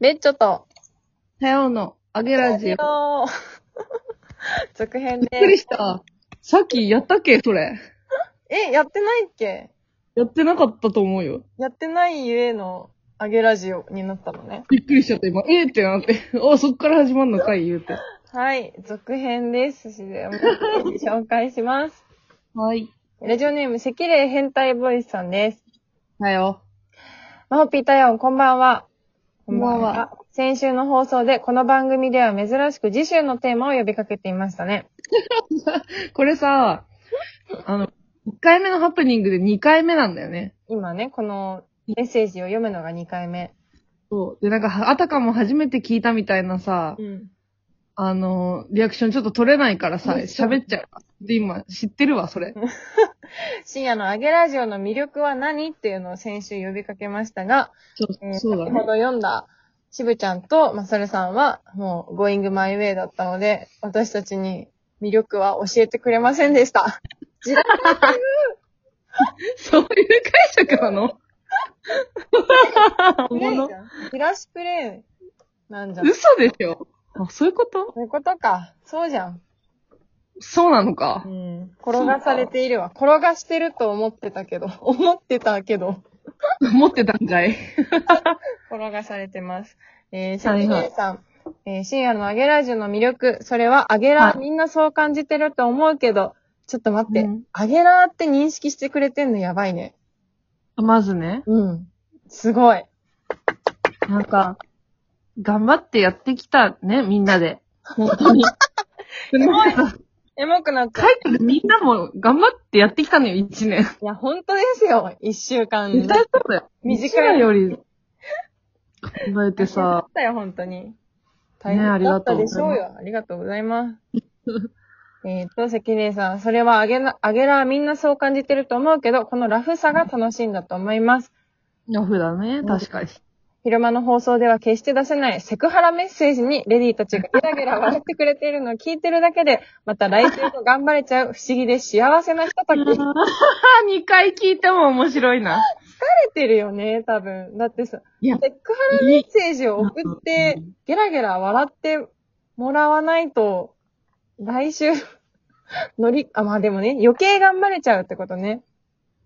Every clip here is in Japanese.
ベッチョと、さようの、あげラジオ。びっオ 続編でくりした。さっきやったっけそれ。え、やってないっけやってなかったと思うよ。やってないゆえの、あげラジオになったのね。びっくりしちゃった、今。えーってなって。 あ、そっから始まんのかい、言うて。はい、続編です。自然を紹介し ます。はい。ラジオネーム、赤霊変態ボイスさんです。さよマホピータヨン、こんばんは。こんばんは。先週の放送で、この番組では珍しく次週のテーマを呼びかけていましたね。う。これさ、あの、1回目のハプニングで2回目なんだよね。今ね、このメッセージを読むのが2回目。そう。で、なんかは、あたかも初めて聞いたみたいなさ、ん。あの、リアクションちょっと取れないからさ、喋っちゃう。で、今、知ってるわ、それ。深夜のアゲラジオの魅力は何っていうのを先週呼びかけましたが、そう、えーそうだ先ねほ。ど読んだしぶちゃんとまさるさんはもう Going My Way だったので、私たちに魅力は教えてくれませんでした。そういう解釈な の おもろフラッシュプレイなんじゃん。そ嘘でしょあ、そういうことういうことか。そうじゃん。そうなのかう。ん。転がされているわ。転がしてると思ってたけど、思ってたけど。持ってたんかい。転がされてます。えー、シャはいキはいレイさん。えー深夜のアゲラジオの魅力。それは、アゲラ、はいみんなそう感じてると思うけど、ちょっと待って。うんアゲラって認識してくれてんのやばいね。まずね、うん。すごい。なんか、頑張ってやってきたね、みんなで。本当に。でなんかさエモくなっちゃう。タイトルみんなも頑張ってやってきたのよ、一年。いや、本当ですよ。一週間。絶対そうだよ。短い一年より、考えてださっ、たよ、本当に。ねありだがったとうでごしざいょますうよ。ありがとうございます。 えっと、関根さん、それはアゲラ、アゲラはみんなそう感じてると思うけど、このラフさが楽しいんだと思います。ラフだね、確かに。昼間の放送では決して出せないセクハラメッセージにレディーたちがゲラゲラ笑ってくれているのを聞いてるだけで、また来週も頑張れちゃう不思議で幸せなひととき。あ疲ー 二回聞いても面白いな。れてるよね、多分。だってさ、いやセクハラメッセージを送って、ゲラゲラ笑ってもらわないと、来週、乗り、あ、まあでもね、余計頑張れちゃうってことね。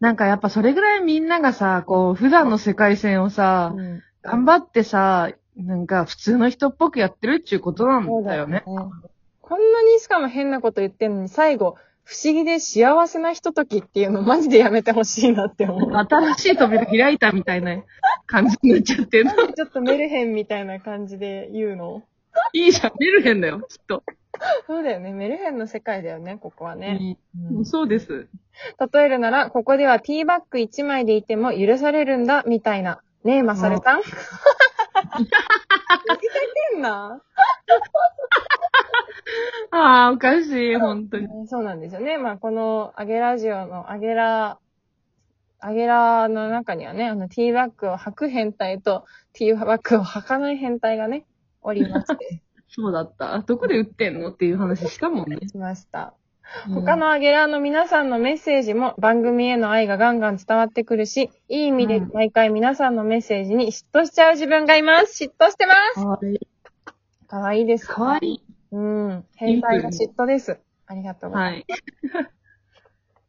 なんかやっぱそれぐらいみんながさ、こう、普段の世界線をさ、頑張ってさ、なんか普通の人っぽくやってるっていうことなんだよね。そうだよねこんなにしかも変なこと言ってんのに、最後、不思議で幸せなひとときっていうのマジでやめてほしいなって思う。新しい扉開いたみたいな感じになっちゃってんの。 ちょっとメルヘンみたいな感じで言うの。いいじゃん、メルヘンだよ、きっと。そうだよね。メルヘンの世界だよね、ここはね。うんそうです。例えるなら、ここではティーバッグ1枚でいても許されるんだ、みたいな。ねえ、マサルさ ん。ふふふふ。てんな。ああ、おかしい、本当に。そうなんですよね。まあ、この、アゲラジオの、アゲラ、アゲラの中にはね、あの、ティーバッグを履く変態と、ティーバッグを履かない変態がね、おりまして、そうだった。どこで売ってんのっていう話したもんね。しました。他のアゲラーの皆さんのメッセージも番組への愛がガンガン伝わってくるし、いい意味でうん毎回皆さんのメッセージに嫉妬しちゃう自分がいます。嫉妬してまうん。かわいい。す。かわいいです。かわいい。うん。変態が嫉妬です。ありがとうございまはい。す。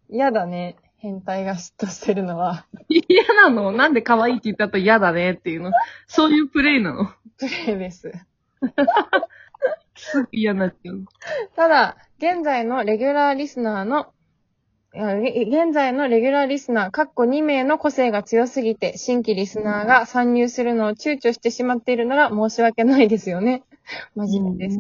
嫌、だね。変態が嫉妬してるのは、嫌なのなんで可愛いって言った後嫌だねっていうの。そういうプレイなの。プレイです。すぐ嫌になっちゃう。ただ、現在のレギュラーリスナーの、いやげ現在のレギュラーリスナー、かっこ2名の個性が強すぎて、新規リスナーが参入するのを躊躇してしまっているなら申し訳ないですよね。 真面目です。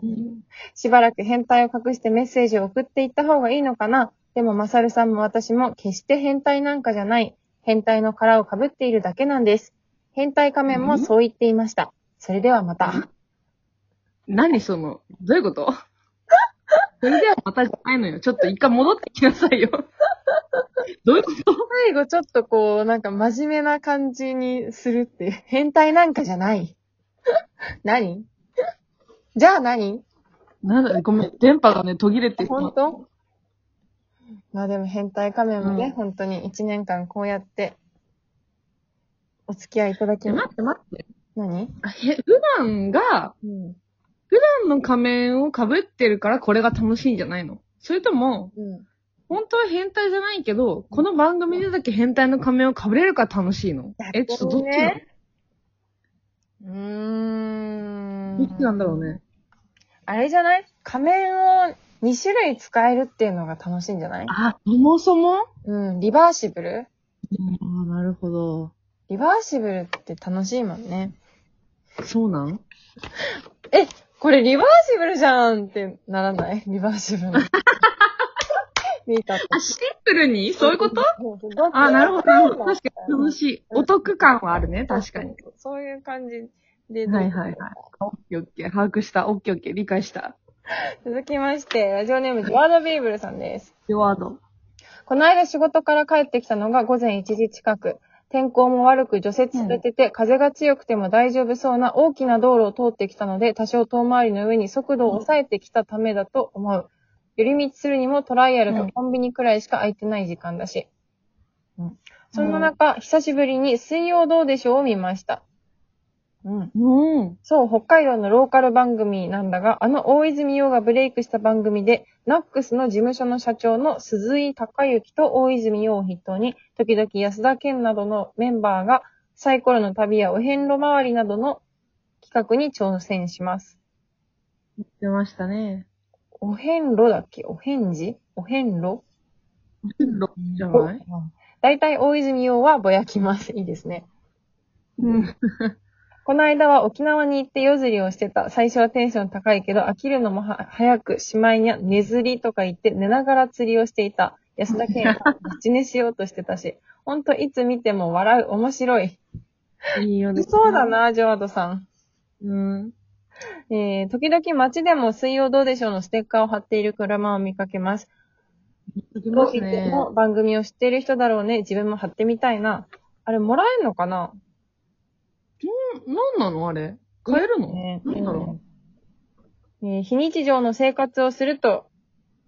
しばらく変態を隠してメッセージを送っていった方がいいのかな。でも、まさるさんも私も決して変態なんかじゃない。変態の殻をかぶっているだけなんです。変態仮面もそう言っていました。それではまた。何その、どういうこと それではまたじゃないのよ。ちょっと一回戻ってきなさいよ。どういうこと最後ちょっとこう、なんか真面目な感じにするっていう。変態なんかじゃない。 何じゃあ何なんだ、ごめん。電波がね、途切れてしま本っ当まあでも変態仮面もね、うん本当に1年間こうやってお付き合いいただきて。ま待って待って。何へ普段が、うん。普段の仮面を被ってるからこれが楽しいんじゃないのそれとも、うん。本当は変態じゃないけど、この番組でだけ変態の仮面を被れるから楽しいのえ、ちょっとどっちなの、うーどっちなんだろうね。あれじゃない仮面を2種類使えるっていうのが楽しいんじゃないあ、そもそもうん。リバーシブルああ、なるほど。リバーシブルって楽しいもんね。そうなんこれリバーシブルじゃんってならないリバーシブ ルの。見たって。あ、シンプルにそういうことあ、あなるほど。確かに楽い。しい。お得感はあるね。確かに。。そういう感じで。はいはいはい。オッケーオッケー。把握した。オッケーオッケー。理解した。続きまして、ラジオネーム、ジュワードビーブルさんです。でワード。この間仕事から帰ってきたのが午前1時近く。天候も悪く除雪されてて、風が強くても大丈夫そうな大きな道路を通ってきたので、多少遠回りの上に速度を抑えてきたためだと思う。寄り道するにもトライアルうとんコンビニくらいしか空いてない時間だし。うん、そんなうん中、久しぶりに水曜どうでしょうを見ました。うん。うん。そう、北海道のローカル番組なんだが、あの大泉洋がブレイクした番組で、ナックスの事務所の社長の鈴井隆之と大泉洋を筆頭に、時々安田健などのメンバーがサイコロの旅やお遍路回りなどの企画に挑戦します。出ましたね。お遍路だっけお返事お遍路じゃない大体大泉洋はぼやきます。いいですね。うん。この間は沖縄に行って夜釣りをしてた。最初はテンション高いけど、飽きるのもは早く、しまいには寝釣りとか言って寝ながら釣りをしていた。安田健さん、 口寝しようとしてたし。ほんといつ見ても笑う、面白い。いいよね。そうだ。な、ジョワードさん。うん。えー、時々街でも水曜どうでしょうのステッカーを貼っている車を見かけます。できどまうすしてね。も番組を知っている人だろうね。自分も貼ってみたいな。あれ、もらえんのかな何なのあれ。買えるのね何だろえー非日常の生活をすると、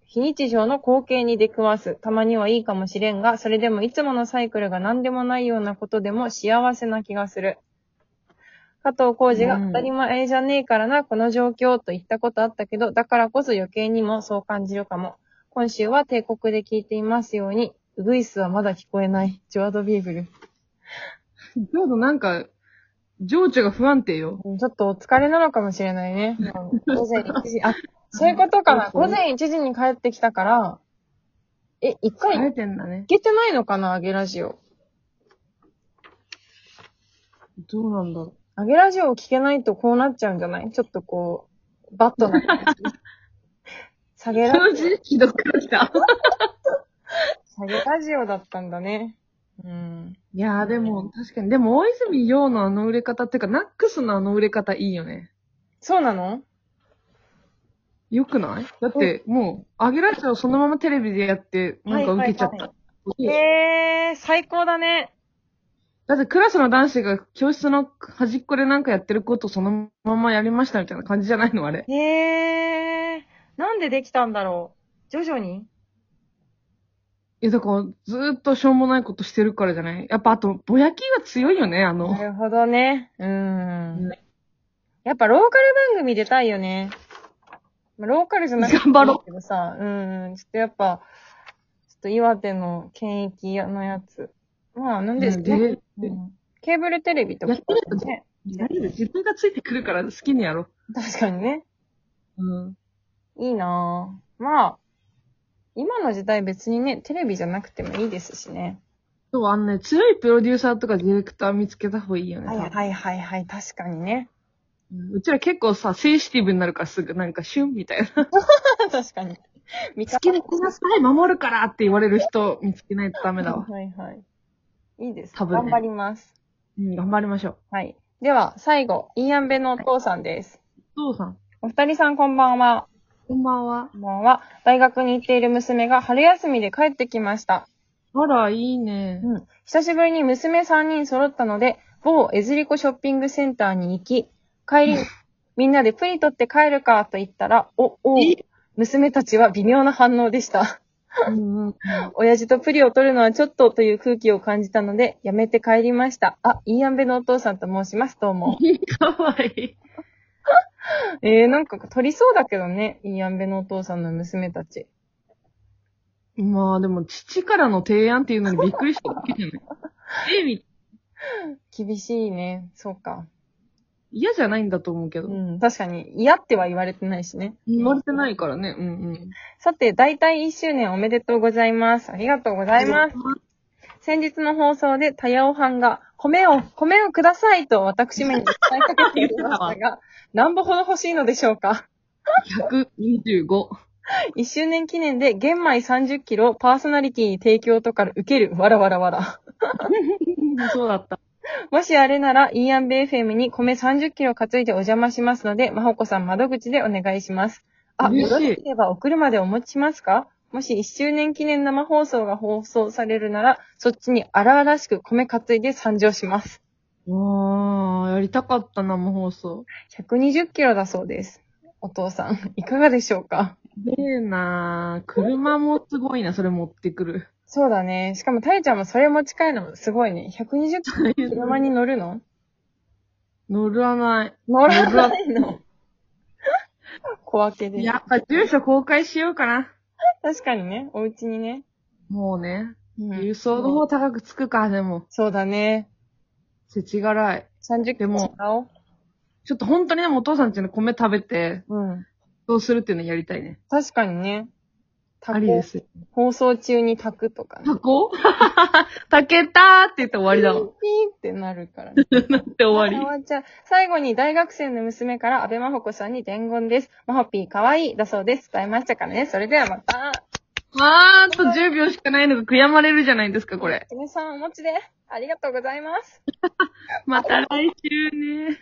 非日常の光景に出くわす。たまにはいいかもしれんが、それでもいつものサイクルが何でもないようなことでも幸せな気がする。加藤浩二がうん当たり前じゃねえからな、この状況と言ったことあったけど、だからこそ余計にもそう感じるかも。今週は帝国で聞いていますように、ウグイスはまだ聞こえない。ジョアドビーブル。う。ちょうどなんか、情緒が不安定よ。うんちょっとお疲れなのかもしれないね。うん午前1時、 あ、そういうことかな。そうそう午前1時に帰ってきたから、え、一回買行えてんだね。けてないのかな、あげラジオ。どうなんだろあげラジオを聞けないとこうなっちゃうんじゃないちょっとこう、バットな感 じ。下げう。ラそ、の 時期どっから来た下げラジオだったんだね。うん。いやーでも、確かに。でも、大泉洋のあの売れ方っていうか、ナックスのあの売れ方いいよね。そうなのよくないだって、もう、あげられたらそのままテレビでやって、なんか受けちゃっはいはいた。えー、最高だね。だってクラスの男子が教室の端っこでなんかやってることそのままやりましたみたいな感じじゃないのあれ。えー、なんでできたんだろう。徐々にえ、だから、ずーっとしょうもないことしてるからじゃないやっぱ、あと、ぼやきが強いよね、なあの。るほどね。うんね。やっぱローカル番組出たいよね。まあローカルじゃなくていい頑張ろけどさ、うん。ちょっとやっぱ、ちょっと岩手の県域のやつ。まあ、なんですか、で、うんケーブルテレビとか、やってるよね。大丈夫自分がついてくるから好きにやろ確かにね。う。うん。いいなぁ。まあ、今の時代別にね、テレビじゃなくてもいいですしね。そう、あのね、強いプロデューサーとかディレクター見つけた方がいいよね。はい多分はいはいはい、確かにね。うんうちら結構さ、センシティブになるからすぐなんかシュンみたいな。 確かに。見好きにしなさい、守るからって言われる人見つけないとダメだわ。はいはい。いいです。多分ね頑張ります。 うん、頑張りましょう。はい。では、最後、イーアンベのお父さんです。お父さん、お二人さんこんばんは。こんばんは。こんばんは。大学に行っている娘が春休みで帰ってきました。あら、いいね。うん。久しぶりに娘三人揃ったので、某エズリコショッピングセンターに行き、帰り、みんなでプリ取って帰るかと言ったら、お、おうえ、娘たちは微妙な反応でした。うんうん親父とプリを取るのはちょっとという空気を感じたので、やめて帰りました。あ、いいやんべのお父さんと申します。どうも。かわいい。えー、なんか取りそうだけどね。いいやんべのお父さんの娘たち。まあでも、父からの提案っていうのにびっくりしたわけじゃ ない。え、み、厳しいね。そうか。嫌じゃないんだと思うけど。うん。確かに、嫌っては言われてないしね。言われてないからね。うんうん。さて、大体1周年おめでとうございます。ありがとうございます。先日の放送で、タヤオハンが、米を、米をくださいと私めに伝えかけていましたが、何歩ほど欲しいのでしょうか。 125。 1周年記念で、玄米30キロをパーソナリティに提供とか受ける、わらわらわら。そうだった。もしあれなら、イーアンベ FM に米30キロ担いでお邪魔しますので、まほこさん窓口でお願いします。あ、嬉しよいろしければお車でお持ちしますかもし1周年記念生放送が放送されるなら、そっちに荒々しく米担いで参上します。わー、やりたかった生放送。 120キロだそうです。お父さん、いかがでしょうかねえなー車もすごいな、それ持ってくる。そうだね。しかも、たえちゃんもそれ持ち帰るのもすごいね。120キロ車に乗るの 乗らない。乗らないの小分けで。やっぱ住所公開しようかな。確かにね、お家にね。もうね。うん輸送の方高くつくか、でも。そうだね。せちがらい。 30キでロも買おう。ちょっと本当にでもお父さんちの米食べて、うん。どうするっていうのやりたいね。確かにね。ありですよ。放送中に炊くとかね。タ コ炊けたーって言って終わりだピーわ。ってなるからね。って終わわっちゃう最後に大学生の娘から安倍真帆子さんに伝言です。真帆ピー可愛いだそうです。伝えましたからね。それではまた。り。あーあと10秒しかないのが悔やまれるじゃないですか、これ。皆さんお持ちで。ありがとうございます。また来週ね。